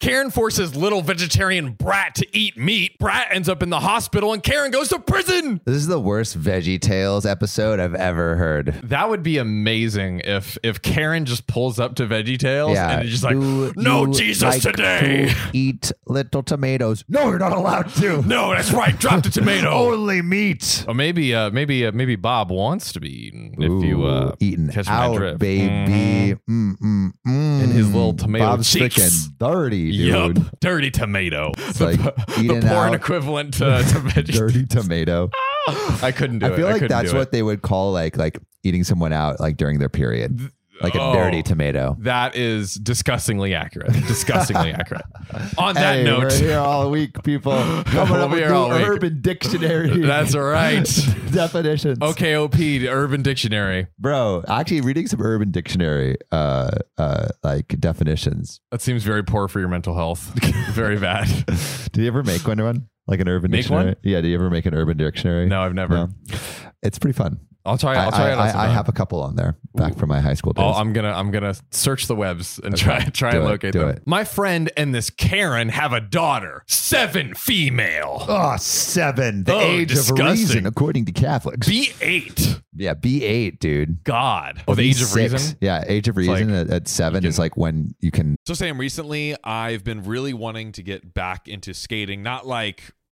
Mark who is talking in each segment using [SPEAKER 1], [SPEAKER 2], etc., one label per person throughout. [SPEAKER 1] Karen forces little vegetarian brat to eat meat. Brat ends up in the hospital and Karen goes to prison.
[SPEAKER 2] This is the worst Veggie Tales episode I've ever heard.
[SPEAKER 1] That would be amazing if if Karen just pulls up to VeggieTales
[SPEAKER 2] Yeah,
[SPEAKER 1] and is just like,
[SPEAKER 2] you-
[SPEAKER 1] "No
[SPEAKER 2] you
[SPEAKER 1] Jesus
[SPEAKER 2] like
[SPEAKER 1] today."
[SPEAKER 2] to eat little tomatoes. No, you're not allowed to.
[SPEAKER 1] No, that's right. Drop the tomato.
[SPEAKER 2] Only meat.
[SPEAKER 1] Oh, maybe, uh, maybe, uh, maybe Bob wants to be eaten. If you uh,
[SPEAKER 2] Ooh, eating
[SPEAKER 1] catch my
[SPEAKER 2] out,
[SPEAKER 1] drift.
[SPEAKER 2] baby, mm, mm, mm.
[SPEAKER 1] Mm-hmm. And his little tomato
[SPEAKER 2] Bob's
[SPEAKER 1] cheeks.
[SPEAKER 2] freaking dirty,
[SPEAKER 1] Yup,
[SPEAKER 2] dude.
[SPEAKER 1] dirty tomato.
[SPEAKER 2] It's like
[SPEAKER 1] the
[SPEAKER 2] eating
[SPEAKER 1] porn
[SPEAKER 2] out,
[SPEAKER 1] equivalent to, to veggie.
[SPEAKER 2] dirty tomato.
[SPEAKER 1] I couldn't do it.
[SPEAKER 2] I feel like
[SPEAKER 1] couldn't
[SPEAKER 2] that's
[SPEAKER 1] do it.
[SPEAKER 2] what they would call like like eating someone out like during their period, like a
[SPEAKER 1] Oh.
[SPEAKER 2] dirty tomato.
[SPEAKER 1] That is disgustingly accurate. Disgustingly accurate. On that
[SPEAKER 2] Hey,
[SPEAKER 1] note,
[SPEAKER 2] we're here all week, people. Coming
[SPEAKER 1] We'll
[SPEAKER 2] up
[SPEAKER 1] be
[SPEAKER 2] with
[SPEAKER 1] here all
[SPEAKER 2] new
[SPEAKER 1] week.
[SPEAKER 2] Urban Dictionary.
[SPEAKER 1] that's right.
[SPEAKER 2] definitions.
[SPEAKER 1] OKOP, Urban Dictionary.
[SPEAKER 2] bro. Actually, reading some Urban Dictionary, uh, uh, like definitions.
[SPEAKER 1] That seems very poor for your mental health. very bad.
[SPEAKER 2] Did you ever make one? One like an Urban
[SPEAKER 1] Make
[SPEAKER 2] Dictionary?
[SPEAKER 1] one?
[SPEAKER 2] Yeah. Did you ever make an Urban Dictionary?
[SPEAKER 1] No, I've never.
[SPEAKER 2] No. It's pretty fun.
[SPEAKER 1] I'll try. I'll try
[SPEAKER 2] I,
[SPEAKER 1] it. on
[SPEAKER 2] I,
[SPEAKER 1] some
[SPEAKER 2] I
[SPEAKER 1] other-
[SPEAKER 2] have a couple on there back from my high school days.
[SPEAKER 1] Oh, I'm gonna I'm gonna search the webs and try try
[SPEAKER 2] Do
[SPEAKER 1] and
[SPEAKER 2] it,
[SPEAKER 1] locate
[SPEAKER 2] do
[SPEAKER 1] them.
[SPEAKER 2] it.
[SPEAKER 1] My friend and this Karen have a daughter, seven female,
[SPEAKER 2] Oh, seven. The
[SPEAKER 1] Oh,
[SPEAKER 2] age of
[SPEAKER 1] disgusting.
[SPEAKER 2] reason, according to Catholics.
[SPEAKER 1] B eight.
[SPEAKER 2] yeah, B eight, dude.
[SPEAKER 1] God, oh, the age of
[SPEAKER 2] B6.
[SPEAKER 1] reason.
[SPEAKER 2] Yeah, age of
[SPEAKER 1] like
[SPEAKER 2] reason at, at seven is like when you can.
[SPEAKER 1] So Sam, recently I've been really wanting to get back into skating, not like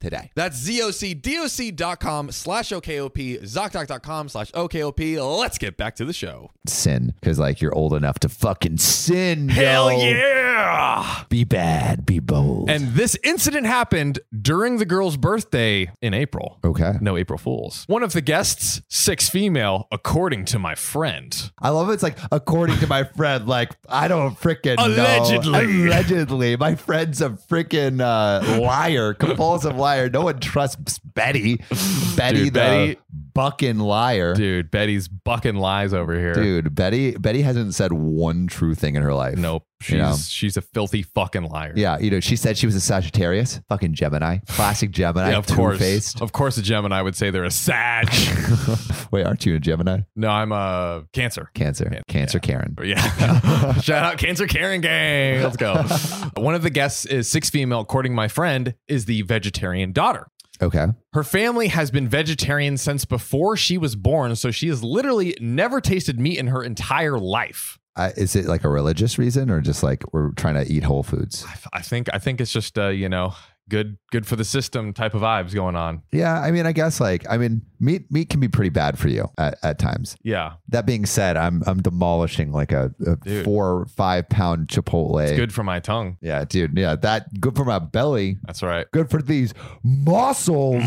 [SPEAKER 2] today.
[SPEAKER 1] That's zocdoc.com slash OKOP, ZocDoc.com slash OKOP. Let's get back to the show.
[SPEAKER 2] Sin, because like you're old enough to fucking sin. yo.
[SPEAKER 1] yeah!
[SPEAKER 2] Be bad, be bold.
[SPEAKER 1] And this incident happened during the girl's birthday in April.
[SPEAKER 2] okay.
[SPEAKER 1] No April Fools. One of the guests, six female, according to my friend.
[SPEAKER 2] I love it's like according to my friend, like I don't freaking
[SPEAKER 1] Allegedly.
[SPEAKER 2] know. Allegedly, my friend's a freaking uh, liar, compulsive liar. No one trusts Betty, Betty
[SPEAKER 1] Dude,
[SPEAKER 2] the
[SPEAKER 1] Betty-
[SPEAKER 2] bucking liar, dude.
[SPEAKER 1] Dude, Betty's bucking lies over here.
[SPEAKER 2] Betty, Betty hasn't said one true thing in her life.
[SPEAKER 1] Nope. She's
[SPEAKER 2] You know?
[SPEAKER 1] she's a filthy fucking liar.
[SPEAKER 2] Yeah, you know, she said she was a Sagittarius, fucking Gemini, classic Gemini,
[SPEAKER 1] Yeah, of course.
[SPEAKER 2] two-faced.
[SPEAKER 1] Of course, a Gemini would say they're a Sag.
[SPEAKER 2] Wait, aren't you a Gemini?
[SPEAKER 1] no, I'm a Cancer.
[SPEAKER 2] Cancer, Cancer, Karen.
[SPEAKER 1] But yeah. Shout out Cancer Karen Gang. Let's go. One of the guests is six female, according to my friend, is the vegetarian daughter.
[SPEAKER 2] Okay,
[SPEAKER 1] Her family has been vegetarian since before she was born, so she has literally never tasted meat in her entire life.
[SPEAKER 2] I, is it like a religious reason or just like we're trying to eat whole foods?
[SPEAKER 1] I, I think I think it's just uh, you know good good for the system type of vibes going on.
[SPEAKER 2] Yeah, I mean, I guess like I mean, meat meat can be pretty bad for you at, at times.
[SPEAKER 1] Yeah,
[SPEAKER 2] That being said, I'm I'm demolishing like a, a
[SPEAKER 1] Dude.
[SPEAKER 2] four or five pound Chipotle.
[SPEAKER 1] good for my tongue.
[SPEAKER 2] Yeah, dude. Yeah, that good for my belly.
[SPEAKER 1] That's right.
[SPEAKER 2] Good for these muscles.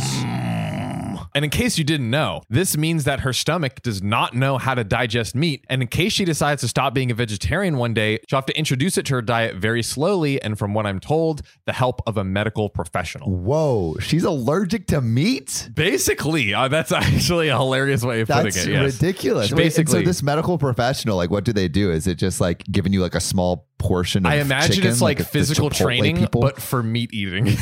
[SPEAKER 1] And in case you didn't know, this means that her stomach does not know how to digest meat. And in case she decides to stop being a vegetarian one day, she'll have to introduce it to her diet very slowly and, from what I'm told, the help of a medical professional.
[SPEAKER 2] Whoa, she's allergic to meat.
[SPEAKER 1] Basically, uh, that's actually a hilarious way of
[SPEAKER 2] That's
[SPEAKER 1] putting it. yes.
[SPEAKER 2] ridiculous.
[SPEAKER 1] She
[SPEAKER 2] Wait, and
[SPEAKER 1] basically-
[SPEAKER 2] so this medical professional, like, what do they do? Is it just like giving you like a small portion. Of
[SPEAKER 1] I imagine
[SPEAKER 2] chicken,
[SPEAKER 1] it's like,
[SPEAKER 2] the- the
[SPEAKER 1] physical
[SPEAKER 2] Chipotle
[SPEAKER 1] training,
[SPEAKER 2] people.
[SPEAKER 1] but for meat eating.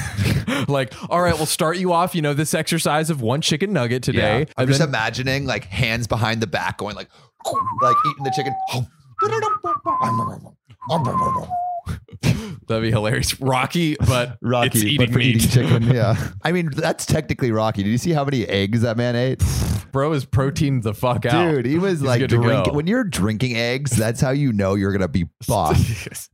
[SPEAKER 1] like, all right, we'll start you off, you know, this exercise of one chicken nugget today.
[SPEAKER 2] Yeah. I'm
[SPEAKER 1] and
[SPEAKER 2] just
[SPEAKER 1] then-
[SPEAKER 2] imagining like hands behind the back going like, like eating the chicken.
[SPEAKER 1] that'd be hilarious. Rocky, but Rocky, it's eating
[SPEAKER 2] but for
[SPEAKER 1] meat.
[SPEAKER 2] eating chicken. Yeah, I mean that's technically Rocky. Did you see how many eggs that man ate?
[SPEAKER 1] Bro is proteined the fuck out.
[SPEAKER 2] Dude, he was like
[SPEAKER 1] good to
[SPEAKER 2] drink.
[SPEAKER 1] go.
[SPEAKER 2] When you're drinking eggs, that's how you know you're gonna be buff.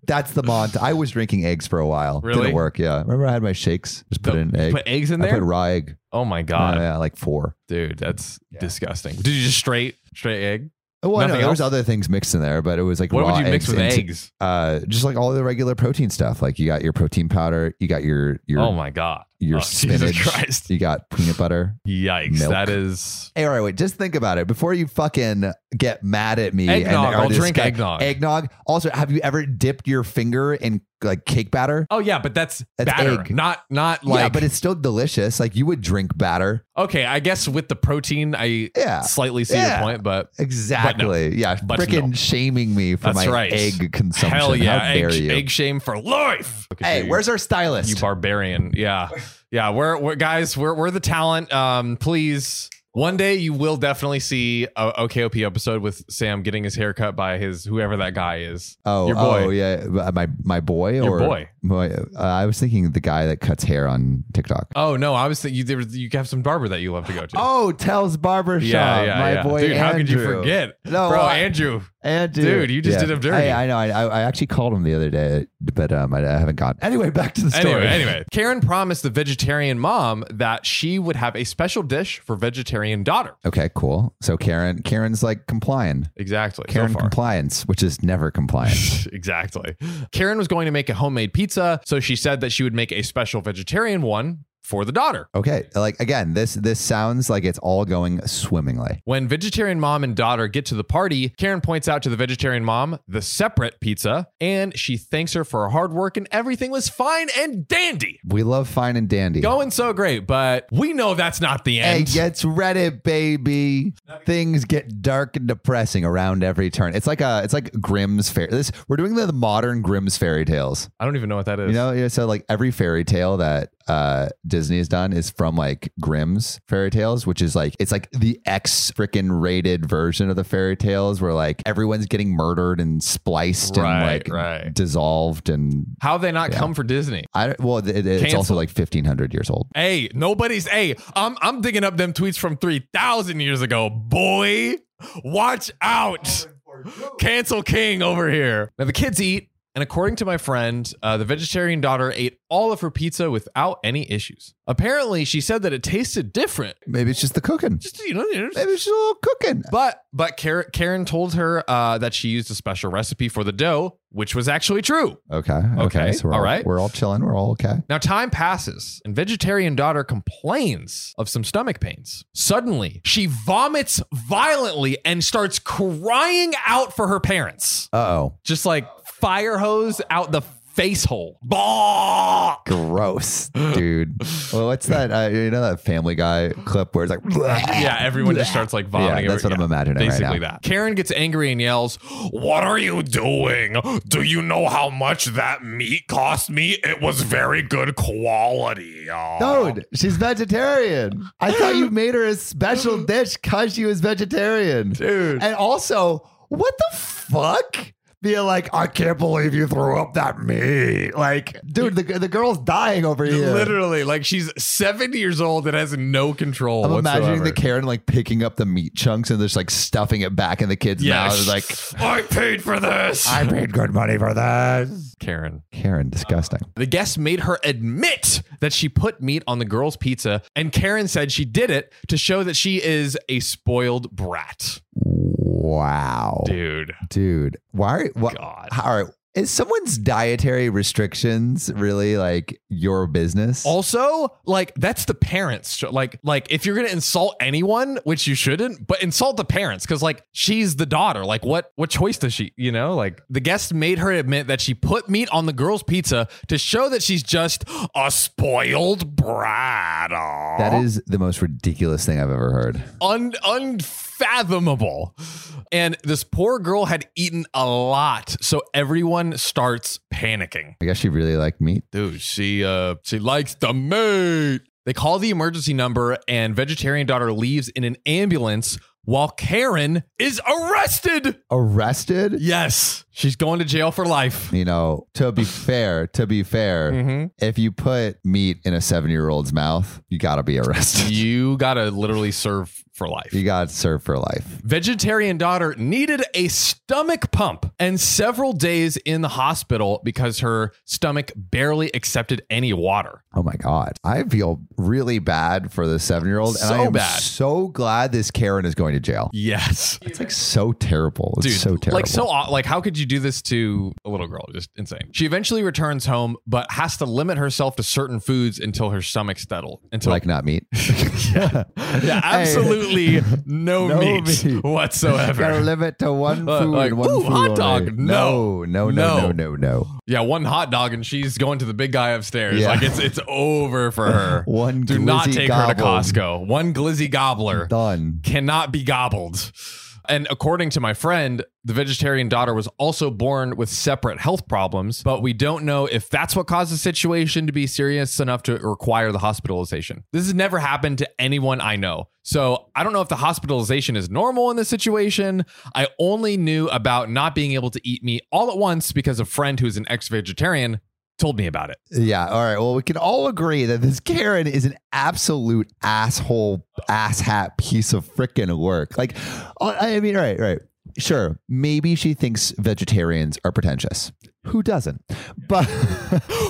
[SPEAKER 2] that's the mont. I was drinking eggs for a while.
[SPEAKER 1] Really?
[SPEAKER 2] Didn't work. Yeah, remember I had my shakes. Just put
[SPEAKER 1] The-
[SPEAKER 2] in egg.
[SPEAKER 1] Put eggs in
[SPEAKER 2] I put
[SPEAKER 1] there?
[SPEAKER 2] raw egg.
[SPEAKER 1] oh my God.
[SPEAKER 2] Uh, yeah, like four.
[SPEAKER 1] Dude, that's
[SPEAKER 2] Yeah.
[SPEAKER 1] disgusting. Did you just straight, straight egg?
[SPEAKER 2] Oh, well, no,
[SPEAKER 1] Nothing
[SPEAKER 2] there was
[SPEAKER 1] else?
[SPEAKER 2] other things mixed in there, but it was like
[SPEAKER 1] What
[SPEAKER 2] raw
[SPEAKER 1] would you mix
[SPEAKER 2] eggs
[SPEAKER 1] with
[SPEAKER 2] into-
[SPEAKER 1] eggs?
[SPEAKER 2] Uh, just like all the regular protein stuff. Like you got your protein powder, you got your your
[SPEAKER 1] oh my God.
[SPEAKER 2] your
[SPEAKER 1] Oh,
[SPEAKER 2] spinach,
[SPEAKER 1] Jesus Christ.
[SPEAKER 2] you got peanut butter.
[SPEAKER 1] Yikes.
[SPEAKER 2] Milk.
[SPEAKER 1] That is.
[SPEAKER 2] Hey, all right, wait. Just think about it before you fucking get mad at me.
[SPEAKER 1] Eggnog,
[SPEAKER 2] are
[SPEAKER 1] I'll
[SPEAKER 2] this
[SPEAKER 1] drink
[SPEAKER 2] guy-
[SPEAKER 1] eggnog.
[SPEAKER 2] Eggnog. Also, have you ever dipped your finger in like cake batter?
[SPEAKER 1] Oh yeah, but that's,
[SPEAKER 2] That's
[SPEAKER 1] batter,
[SPEAKER 2] egg.
[SPEAKER 1] not not like.
[SPEAKER 2] yeah, but it's still delicious. Like you would drink batter.
[SPEAKER 1] okay, I guess with the protein, I
[SPEAKER 2] Yeah.
[SPEAKER 1] slightly see
[SPEAKER 2] Yeah.
[SPEAKER 1] your point, but
[SPEAKER 2] Exactly. Yeah.
[SPEAKER 1] But
[SPEAKER 2] Freaking
[SPEAKER 1] no.
[SPEAKER 2] shaming me for
[SPEAKER 1] That's
[SPEAKER 2] my
[SPEAKER 1] right.
[SPEAKER 2] egg consumption.
[SPEAKER 1] hell yeah,
[SPEAKER 2] How dare
[SPEAKER 1] egg,
[SPEAKER 2] you?
[SPEAKER 1] egg shame for life. Look at
[SPEAKER 2] hey,
[SPEAKER 1] you,
[SPEAKER 2] where's our
[SPEAKER 1] you
[SPEAKER 2] stylist?
[SPEAKER 1] barbarian? Yeah, yeah. We're, we're guys. We're we're the talent. Um, please. One day you will definitely see a OKOP episode with Sam getting his hair cut by his whoever that guy is.
[SPEAKER 2] Oh,
[SPEAKER 1] Your boy.
[SPEAKER 2] oh, yeah, my my boy
[SPEAKER 1] Your
[SPEAKER 2] or
[SPEAKER 1] boy.
[SPEAKER 2] my- uh, I was thinking the guy that cuts hair on TikTok.
[SPEAKER 1] Oh no, I was thinking you there was- you have some barber that you love to go to.
[SPEAKER 2] Oh, Tells Barbershop,
[SPEAKER 1] yeah, yeah,
[SPEAKER 2] my
[SPEAKER 1] yeah.
[SPEAKER 2] boy.
[SPEAKER 1] Dude, how could you
[SPEAKER 2] Andrew.
[SPEAKER 1] forget?
[SPEAKER 2] No,
[SPEAKER 1] Bro,
[SPEAKER 2] I-
[SPEAKER 1] Andrew.
[SPEAKER 2] Andrew.
[SPEAKER 1] Dude, you just did him dirty.
[SPEAKER 2] I, I know. I, I I actually called him the other day, but um, I, I haven't gone. Anyway, back to the story.
[SPEAKER 1] Anyway, anyway, Karen promised the vegetarian mom that she would have a special dish for vegetarian daughter.
[SPEAKER 2] Okay, cool. So Karen, Karen's like complying.
[SPEAKER 1] Exactly.
[SPEAKER 2] Karen
[SPEAKER 1] so far.
[SPEAKER 2] compliance, which is never compliant.
[SPEAKER 1] exactly. Karen was going to make a homemade pizza, so she said that she would make a special vegetarian one for the daughter.
[SPEAKER 2] Okay, like again, this this sounds like it's all going swimmingly.
[SPEAKER 1] When vegetarian mom and daughter get to the party, Karen points out to the vegetarian mom the separate pizza, and she thanks her for her hard work and everything was fine and dandy.
[SPEAKER 2] We love fine and dandy.
[SPEAKER 1] Going so great, but we know that's not the
[SPEAKER 2] Hey,
[SPEAKER 1] end.
[SPEAKER 2] it's Reddit, baby. Things get dark and depressing around every turn. It's like a, it's like Grimm's fair. This we're doing the, the modern Grimm's fairy tales.
[SPEAKER 1] I don't even know what that is.
[SPEAKER 2] You know, yeah, so like every fairy tale that uh, Disney has done is from like Grimm's fairy tales, which is like it's like the X freaking rated version of the fairy tales where like everyone's getting murdered and spliced and
[SPEAKER 1] Right,
[SPEAKER 2] like
[SPEAKER 1] right.
[SPEAKER 2] dissolved and
[SPEAKER 1] How have they not come for Disney?
[SPEAKER 2] I don't- well, it, it's
[SPEAKER 1] Cancel.
[SPEAKER 2] also like fifteen hundred years old.
[SPEAKER 1] Hey, nobody's. Hey, I'm I'm digging up them tweets from three thousand years ago, boy. Watch out! Cancel King over here. Now the kids eat, and according to my friend, uh, the vegetarian daughter ate all of her pizza without any issues. Apparently, she said that it tasted different.
[SPEAKER 2] Maybe it's just the cooking.
[SPEAKER 1] Just you know, you know,
[SPEAKER 2] Maybe it's just a little cooking.
[SPEAKER 1] but but Karen, Karen told her uh, that she used a special recipe for the dough, which was actually true.
[SPEAKER 2] Okay.
[SPEAKER 1] Okay,
[SPEAKER 2] So we're
[SPEAKER 1] all right.
[SPEAKER 2] We're all chilling. We're all okay.
[SPEAKER 1] Now, time passes, and vegetarian daughter complains of some stomach pains. Suddenly, she vomits violently and starts crying out for her parents,
[SPEAKER 2] Uh oh.
[SPEAKER 1] just like fire hose out the face hole. Bah!
[SPEAKER 2] Gross, dude. well, what's that? Uh, you know that Family Guy clip where it's like,
[SPEAKER 1] Yeah, everyone just starts like
[SPEAKER 2] Yeah,
[SPEAKER 1] vomiting.
[SPEAKER 2] that's what
[SPEAKER 1] Yeah,
[SPEAKER 2] I'm imagining right
[SPEAKER 1] Basically
[SPEAKER 2] now.
[SPEAKER 1] that. Karen gets angry and yells, What are you doing? Do you know how much that meat cost me? It was very good quality. uh."
[SPEAKER 2] Dude, she's vegetarian. I thought you made her a special dish because she was vegetarian.
[SPEAKER 1] Dude.
[SPEAKER 2] And also, what the fuck? Being like, I can't believe you threw up that meat. Like, dude, the, the girl's dying over here.
[SPEAKER 1] Literally, like she's 70 years old and has no control.
[SPEAKER 2] I'm imagining the
[SPEAKER 1] whatsoever.
[SPEAKER 2] Karen like picking up the meat chunks and just like stuffing it back in the kid's
[SPEAKER 1] Yeah,
[SPEAKER 2] mouth. It's Like,
[SPEAKER 1] I paid for this.
[SPEAKER 2] paid good money for this.
[SPEAKER 1] Karen.
[SPEAKER 2] Karen, disgusting.
[SPEAKER 1] The guest made her admit that she put meat on the girl's pizza, and Karen said she did it to show that she is a spoiled brat.
[SPEAKER 2] Wow, dude.
[SPEAKER 1] Dude,
[SPEAKER 2] why? Are, wha-
[SPEAKER 1] God.
[SPEAKER 2] All right, is someone's dietary restrictions really like your business?
[SPEAKER 1] Also, like that's the parents. Like, like if you're gonna insult anyone, which you shouldn't, but insult the parents because like she's the daughter. Like, what what choice does she? You know, like the guest made her admit that she put meat on the girl's pizza to show that she's just a spoiled brat. Aw.
[SPEAKER 2] that is the most ridiculous thing I've ever heard.
[SPEAKER 1] un- unfathomable. And this poor girl had eaten a lot. So everyone starts panicking.
[SPEAKER 2] I guess she really liked meat.
[SPEAKER 1] Dude, she uh she likes the meat. They call the emergency number and vegetarian daughter leaves in an ambulance while Karen is arrested.
[SPEAKER 2] Arrested?
[SPEAKER 1] Yes, she's going to jail for life.
[SPEAKER 2] You know, to be fair, to be fair,
[SPEAKER 1] Mm-hmm.
[SPEAKER 2] if you put meat in a seven year old's mouth, you gotta be arrested.
[SPEAKER 1] You got to literally serve for life.
[SPEAKER 2] you gotta serve for life.
[SPEAKER 1] Vegetarian daughter needed a stomach pump and several days in the hospital because her stomach barely accepted any water.
[SPEAKER 2] Oh my God. I feel really bad for the seven year old.
[SPEAKER 1] So
[SPEAKER 2] and I am
[SPEAKER 1] bad.
[SPEAKER 2] so glad this Karen is going to jail.
[SPEAKER 1] Yes.
[SPEAKER 2] It's like so terrible. It's
[SPEAKER 1] Dude,
[SPEAKER 2] so terrible.
[SPEAKER 1] like so, aw- like how could you do this to a little girl? Just insane. She eventually returns home, but has to limit herself to certain foods until her stomach settled. Until
[SPEAKER 2] like not meat.
[SPEAKER 1] yeah,
[SPEAKER 2] Hey.
[SPEAKER 1] absolutely no,
[SPEAKER 2] No
[SPEAKER 1] meat,
[SPEAKER 2] meat. Gotta
[SPEAKER 1] whatsoever.
[SPEAKER 2] limit to one
[SPEAKER 1] Uh,
[SPEAKER 2] food.
[SPEAKER 1] like,
[SPEAKER 2] one
[SPEAKER 1] ooh,
[SPEAKER 2] food
[SPEAKER 1] hot
[SPEAKER 2] only.
[SPEAKER 1] dog.
[SPEAKER 2] No, no, no,
[SPEAKER 1] No.
[SPEAKER 2] no, no, no.
[SPEAKER 1] yeah, one hot dog, and she's going to the big guy upstairs.
[SPEAKER 2] Yeah.
[SPEAKER 1] Like it's it's over for her.
[SPEAKER 2] One
[SPEAKER 1] Do not
[SPEAKER 2] glizzy
[SPEAKER 1] take her to
[SPEAKER 2] gobble.
[SPEAKER 1] Costco. One glizzy gobbler
[SPEAKER 2] Done.
[SPEAKER 1] cannot be gobbled. And according to my friend, the vegetarian daughter was also born with separate health problems, but we don't know if that's what caused the situation to be serious enough to require the hospitalization. This has never happened to anyone I know. So I don't know if the hospitalization is normal in this situation. I only knew about not being able to eat meat all at once because a friend who's an ex vegetarian told me about it.
[SPEAKER 2] Yeah. All right. Well, we can all agree that this Karen is an absolute asshole, asshat piece of freaking work. Like, uh, I I mean, all right, all right. Sure. Maybe she thinks vegetarians are pretentious. Who doesn't? But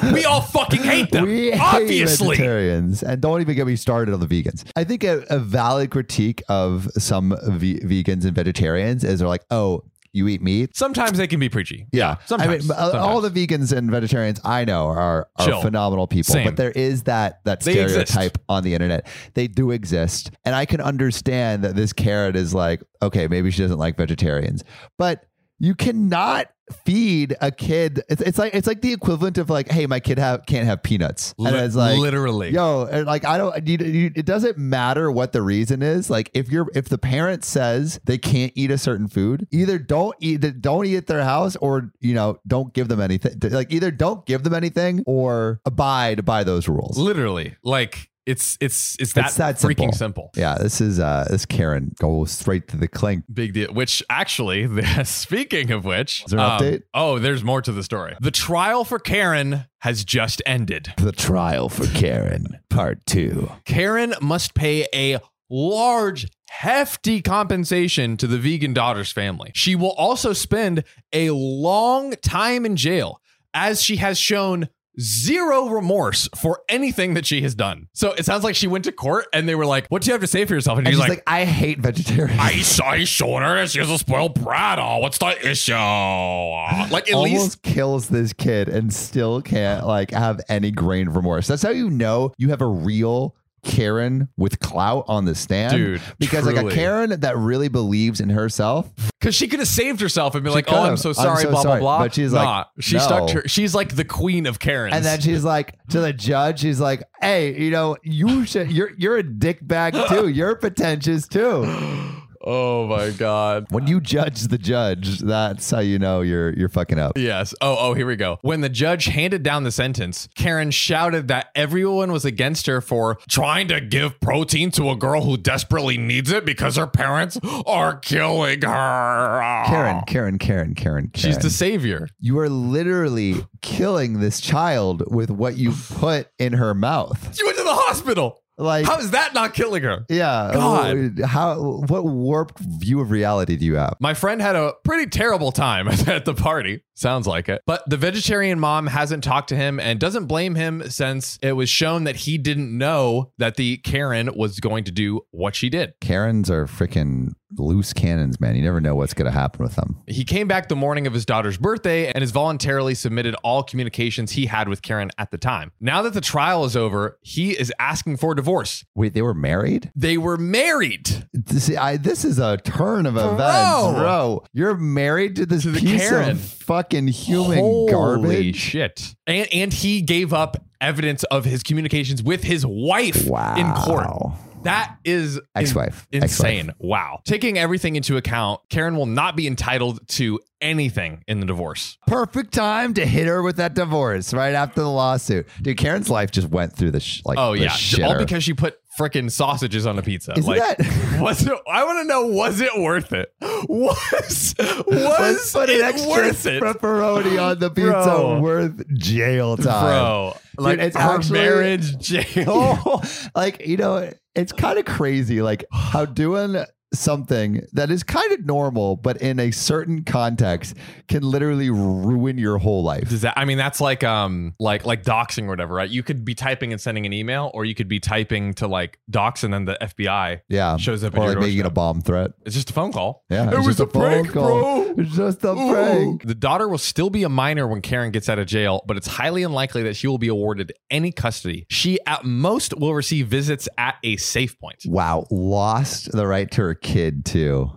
[SPEAKER 1] We all fucking hate them.
[SPEAKER 2] we hate
[SPEAKER 1] obviously.
[SPEAKER 2] vegetarians, and don't even get me started on the vegans. I think a, a valid critique of some ve- vegans and vegetarians is they're like, "Oh, you eat meat?
[SPEAKER 1] Sometimes they can be preachy.
[SPEAKER 2] Yeah,
[SPEAKER 1] Sometimes.
[SPEAKER 2] I mean, uh, all the vegans and vegetarians I know are, are
[SPEAKER 1] Chill.
[SPEAKER 2] phenomenal people,
[SPEAKER 1] Same.
[SPEAKER 2] but there is that that
[SPEAKER 1] They exist.
[SPEAKER 2] stereotype on the internet. They do exist, and I can understand that this carrot is like, okay, maybe she doesn't like vegetarians, but you cannot feed a kid. It's, it's like it's like the equivalent of like, hey, my kid have, can't have peanuts, and
[SPEAKER 1] Li-
[SPEAKER 2] it's like.
[SPEAKER 1] literally.
[SPEAKER 2] Yo, and like I don't. You, you, it doesn't matter what the reason is. Like if you're if the parent says they can't eat a certain food, either don't eat don't eat at their house, or you know don't give them anything. Like either don't give them anything or abide by those rules.
[SPEAKER 1] literally like it's it's it's that,
[SPEAKER 2] It's that
[SPEAKER 1] freaking simple.
[SPEAKER 2] Yeah, this is uh this Karen goes straight to the clink.
[SPEAKER 1] Big deal. Which actually, speaking of which,
[SPEAKER 2] Is there an update?
[SPEAKER 1] Oh, there's more to the story. The trial for Karen has just ended.
[SPEAKER 2] The trial for Karen, part two.
[SPEAKER 1] Karen must pay a large, hefty compensation to the vegan daughter's family. She will also spend a long time in jail as she has shown zero remorse for anything that she has done. So it sounds like she went to court and they were like, What do you have to say for yourself? And,
[SPEAKER 2] And
[SPEAKER 1] she's, like,
[SPEAKER 2] I hate vegetarians.
[SPEAKER 1] I saw you showing her. She's a spoiled brat. Oh, what's the issue? Uh, Like, at
[SPEAKER 2] almost
[SPEAKER 1] least.
[SPEAKER 2] kills this kid and still can't like have any grain of remorse. That's how you know you have a real Karen with clout on the stand,
[SPEAKER 1] Dude,
[SPEAKER 2] Because like
[SPEAKER 1] truly.
[SPEAKER 2] a Karen that really believes in herself.
[SPEAKER 1] Because she could have saved herself and been
[SPEAKER 2] She
[SPEAKER 1] like, oh,
[SPEAKER 2] could've.
[SPEAKER 1] I'm so sorry,
[SPEAKER 2] so
[SPEAKER 1] blah,
[SPEAKER 2] sorry.
[SPEAKER 1] blah, blah.
[SPEAKER 2] But she's
[SPEAKER 1] Nah,
[SPEAKER 2] like,
[SPEAKER 1] she
[SPEAKER 2] no.
[SPEAKER 1] stuck to her. She's like the queen of Karens.
[SPEAKER 2] And then she's like to the judge, she's like, "Hey, you know, you should. You're you're a dickbag too. You're pretentious too."
[SPEAKER 1] oh, my God.
[SPEAKER 2] When you judge the judge, that's how you know you're you're fucking up.
[SPEAKER 1] Yes. Oh, oh, here we go. When the judge handed down the sentence, Karen shouted that everyone was against her for trying to give protein to a girl who desperately needs it because her parents are killing her.
[SPEAKER 2] Karen, Karen, Karen, Karen, Karen.
[SPEAKER 1] She's the savior.
[SPEAKER 2] you are literally killing this child with what you put in her mouth.
[SPEAKER 1] She went to the hospital.
[SPEAKER 2] Like,
[SPEAKER 1] How is that not killing her?
[SPEAKER 2] yeah,
[SPEAKER 1] God.
[SPEAKER 2] how? What warped view of reality do you have?
[SPEAKER 1] My friend had a pretty terrible time at the party. Sounds like it. But the vegetarian mom hasn't talked to him and doesn't blame him since it was shown that he didn't know that the Karen was going to do what she did.
[SPEAKER 2] Karens are freaking loose cannons, man. You never know what's gonna happen with them.
[SPEAKER 1] He came back the morning of his daughter's birthday and has voluntarily submitted all communications he had with Karen at the time. Now that the trial is over, he is asking for a divorce.
[SPEAKER 2] Wait, they were married?
[SPEAKER 1] They were married.
[SPEAKER 2] This, I, this is a turn of events,
[SPEAKER 1] Bro.
[SPEAKER 2] bro. You're married to this
[SPEAKER 1] To the
[SPEAKER 2] piece
[SPEAKER 1] Karen.
[SPEAKER 2] of fucking human
[SPEAKER 1] Holy
[SPEAKER 2] garbage.
[SPEAKER 1] shit. And and he gave up evidence of his communications with his wife in court. That is in-
[SPEAKER 2] Ex-wife.
[SPEAKER 1] insane. Wow. Taking everything into account, Karen will not be entitled to anything in the divorce.
[SPEAKER 2] Perfect time to hit her with that divorce right after the lawsuit. Dude, Karen's life just went through the sh- like
[SPEAKER 1] Oh
[SPEAKER 2] the
[SPEAKER 1] yeah, all
[SPEAKER 2] shitter.
[SPEAKER 1] because she put freaking sausages on a pizza.
[SPEAKER 2] Isn't
[SPEAKER 1] like,
[SPEAKER 2] that-
[SPEAKER 1] was it? I want to know, was it worth it? Was was
[SPEAKER 2] Let's put
[SPEAKER 1] it
[SPEAKER 2] an extra
[SPEAKER 1] worth it,
[SPEAKER 2] pepperoni on the pizza
[SPEAKER 1] Bro.
[SPEAKER 2] worth jail time.
[SPEAKER 1] bro? Like
[SPEAKER 2] it's
[SPEAKER 1] her
[SPEAKER 2] actually-
[SPEAKER 1] marriage jail.
[SPEAKER 2] like, you know, it's kind of crazy like how doing something that is kind of normal but in a certain context can literally ruin your whole life.
[SPEAKER 1] Does that? I mean, that's like um, like like doxing or whatever, right? You could be typing and sending an email, or you could be typing to like dox, and then the FBI
[SPEAKER 2] Yeah.
[SPEAKER 1] shows up. at
[SPEAKER 2] Um, Or
[SPEAKER 1] your
[SPEAKER 2] like making
[SPEAKER 1] doorstep.
[SPEAKER 2] a bomb threat.
[SPEAKER 1] It's just a phone call. It
[SPEAKER 2] Yeah. it's
[SPEAKER 1] was
[SPEAKER 2] just
[SPEAKER 1] a prank,
[SPEAKER 2] phone call.
[SPEAKER 1] bro.
[SPEAKER 2] It's just a
[SPEAKER 1] Ooh.
[SPEAKER 2] prank.
[SPEAKER 1] The daughter will still be a minor when Karen gets out of jail, but it's highly unlikely that she will be awarded any custody. She at most will receive visits at a safe point.
[SPEAKER 2] Wow, lost the right to her kid too.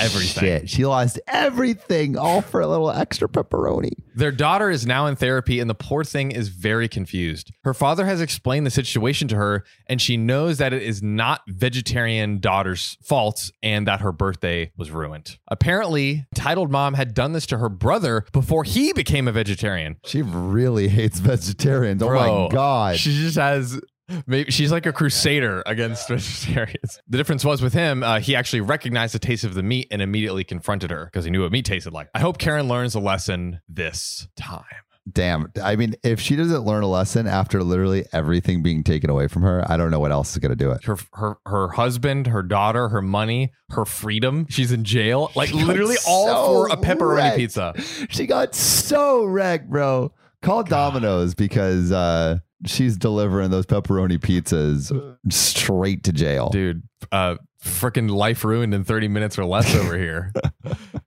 [SPEAKER 1] Everything.
[SPEAKER 2] Shit, she lost everything, all for a little extra pepperoni.
[SPEAKER 1] Their daughter is now in therapy, and the poor thing is very confused. Her father has explained the situation to her, and she knows that it is not vegetarian daughter's fault and that her birthday was ruined. Apparently, titled mom had done this to her brother before he became a vegetarian.
[SPEAKER 2] She really hates vegetarians. oh
[SPEAKER 1] Bro,
[SPEAKER 2] my god.
[SPEAKER 1] She just has. Maybe she's like a crusader against vegetarians. The difference was with him, uh, he actually recognized the taste of the meat and immediately confronted her because he knew what meat tasted like. I hope Karen learns a lesson this time.
[SPEAKER 2] Damn. I mean, if she doesn't learn a lesson after literally everything being taken away from her, I don't know what else is gonna do it.
[SPEAKER 1] Her, her, her husband, her daughter, her money, her freedom. She's in jail, like
[SPEAKER 2] She got
[SPEAKER 1] literally all for
[SPEAKER 2] so
[SPEAKER 1] a pepperoni
[SPEAKER 2] wrecked.
[SPEAKER 1] pizza.
[SPEAKER 2] She got so wrecked, bro. Call Domino's because uh, she's delivering those pepperoni pizzas straight to jail.
[SPEAKER 1] dude uh freaking life ruined in 30 minutes or less over here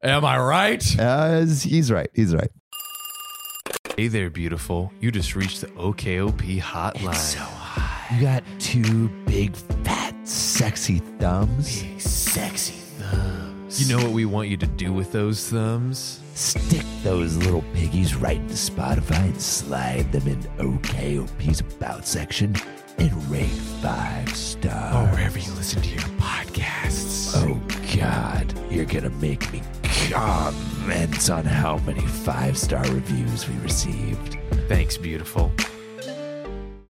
[SPEAKER 1] am i right
[SPEAKER 2] As he's right. He's right.
[SPEAKER 1] hey there beautiful you just reached the okop hotline
[SPEAKER 2] You got two big, fat, sexy thumbs.
[SPEAKER 1] sexy thumbs you know what we want you to do with those thumbs
[SPEAKER 2] Stick those little piggies right into Spotify and slide them in OKOP's About section and rate five stars.
[SPEAKER 1] wherever you listen to your podcasts
[SPEAKER 2] Oh, God. You're going to make me comment on how many five star reviews we received.
[SPEAKER 1] thanks beautiful